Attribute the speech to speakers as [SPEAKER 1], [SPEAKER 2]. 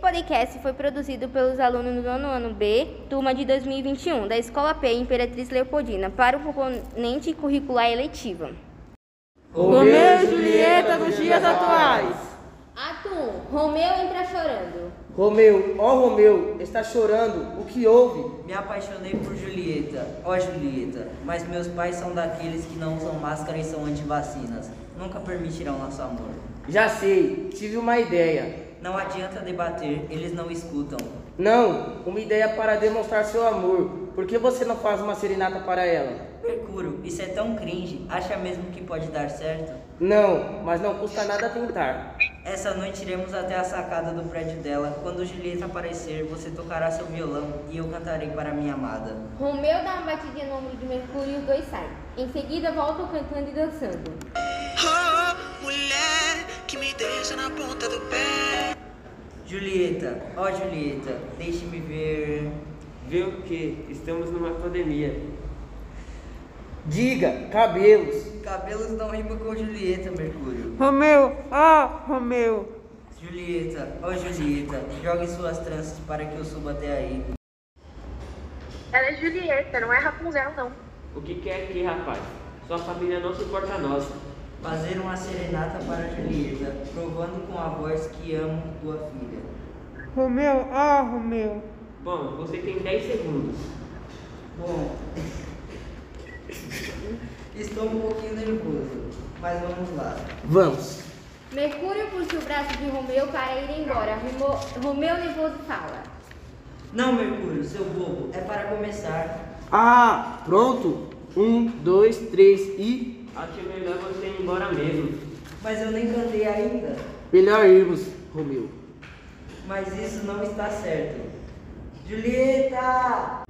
[SPEAKER 1] podcast foi produzido pelos alunos do nono ano B, turma de 2021, da Escola P Imperatriz Leopoldina, para o componente curricular eletiva.
[SPEAKER 2] Romeu e Julieta nos dias atuais.
[SPEAKER 1] Atum, Romeu entra chorando.
[SPEAKER 3] Romeu, ó Romeu, está chorando. O que houve?
[SPEAKER 4] Me apaixonei por Julieta, ó Julieta, mas meus pais são daqueles que não usam máscara e são antivacinas. Nunca permitirão nosso amor.
[SPEAKER 3] Já sei, tive uma ideia.
[SPEAKER 4] Não adianta debater, eles não escutam.
[SPEAKER 3] Não, uma ideia para demonstrar seu amor. Por que você não faz uma serenata para ela?
[SPEAKER 4] Mercúrio, isso é tão cringe, acha mesmo que pode dar certo?
[SPEAKER 3] Não, mas não custa nada tentar.
[SPEAKER 4] Essa noite iremos até a sacada do prédio dela. Quando Julieta aparecer, você tocará seu violão e eu cantarei para minha amada.
[SPEAKER 1] Romeu dá uma batidinha no ombro de Mercúrio e os dois saem. Em seguida voltam cantando e dançando.
[SPEAKER 5] Oh, mulher que me deixa na ponta do pé.
[SPEAKER 4] Julieta, ó Julieta, deixe-me ver.
[SPEAKER 6] Vê o que? Estamos numa pandemia.
[SPEAKER 3] Diga, cabelos.
[SPEAKER 4] Cabelos não rimam com Julieta, Mercúrio.
[SPEAKER 2] Romeu, ó Romeu.
[SPEAKER 4] Julieta, ó Julieta, jogue suas tranças para que eu suba até aí.
[SPEAKER 7] Ela é Julieta, não é Rapunzel, não.
[SPEAKER 6] O que quer aqui, rapaz? Sua família não suporta nós.
[SPEAKER 4] Fazer uma serenata para Julieta, provando com a voz que amo tua filha.
[SPEAKER 2] Romeu, ó Romeu.
[SPEAKER 6] Bom, você tem 10 segundos.
[SPEAKER 4] Bom, estou um pouquinho nervoso, mas vamos lá.
[SPEAKER 3] Vamos.
[SPEAKER 1] Mercúrio puxa o braço de Romeu para ir embora. Rimo- Romeu nervoso fala.
[SPEAKER 4] Não, Mercúrio, seu bobo, é para começar.
[SPEAKER 3] Ah, pronto. Um, dois, três e.
[SPEAKER 6] Acho melhor você ir embora mesmo.
[SPEAKER 4] Mas eu nem cantei ainda.
[SPEAKER 3] Melhor irmos, Romeu.
[SPEAKER 4] Mas isso não está certo. Julieta!